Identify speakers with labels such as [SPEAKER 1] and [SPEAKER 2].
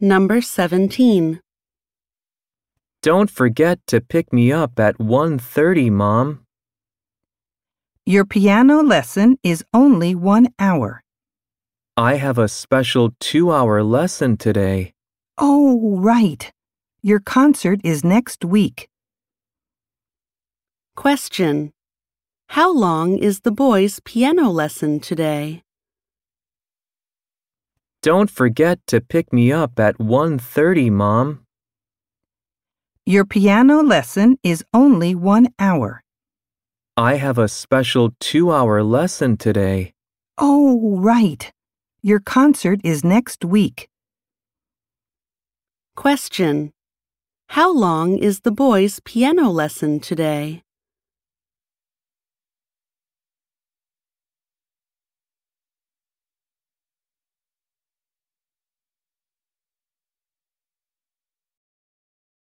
[SPEAKER 1] Number 17.
[SPEAKER 2] Don't forget to pick me up at 1:30, Mom.
[SPEAKER 3] Your piano lesson is only one hour.
[SPEAKER 2] I have a special 2-hour lesson today.
[SPEAKER 3] Oh, right. Your concert is next week.
[SPEAKER 1] Question. How long is the boys' piano lesson today?
[SPEAKER 2] Don't forget to pick me up at 1:30, Mom.
[SPEAKER 3] Your piano lesson is only one hour.
[SPEAKER 2] I have a special 2-hour lesson today.
[SPEAKER 3] Oh, right. Your concert is next week.
[SPEAKER 1] Question. How long is the boys' piano lesson today?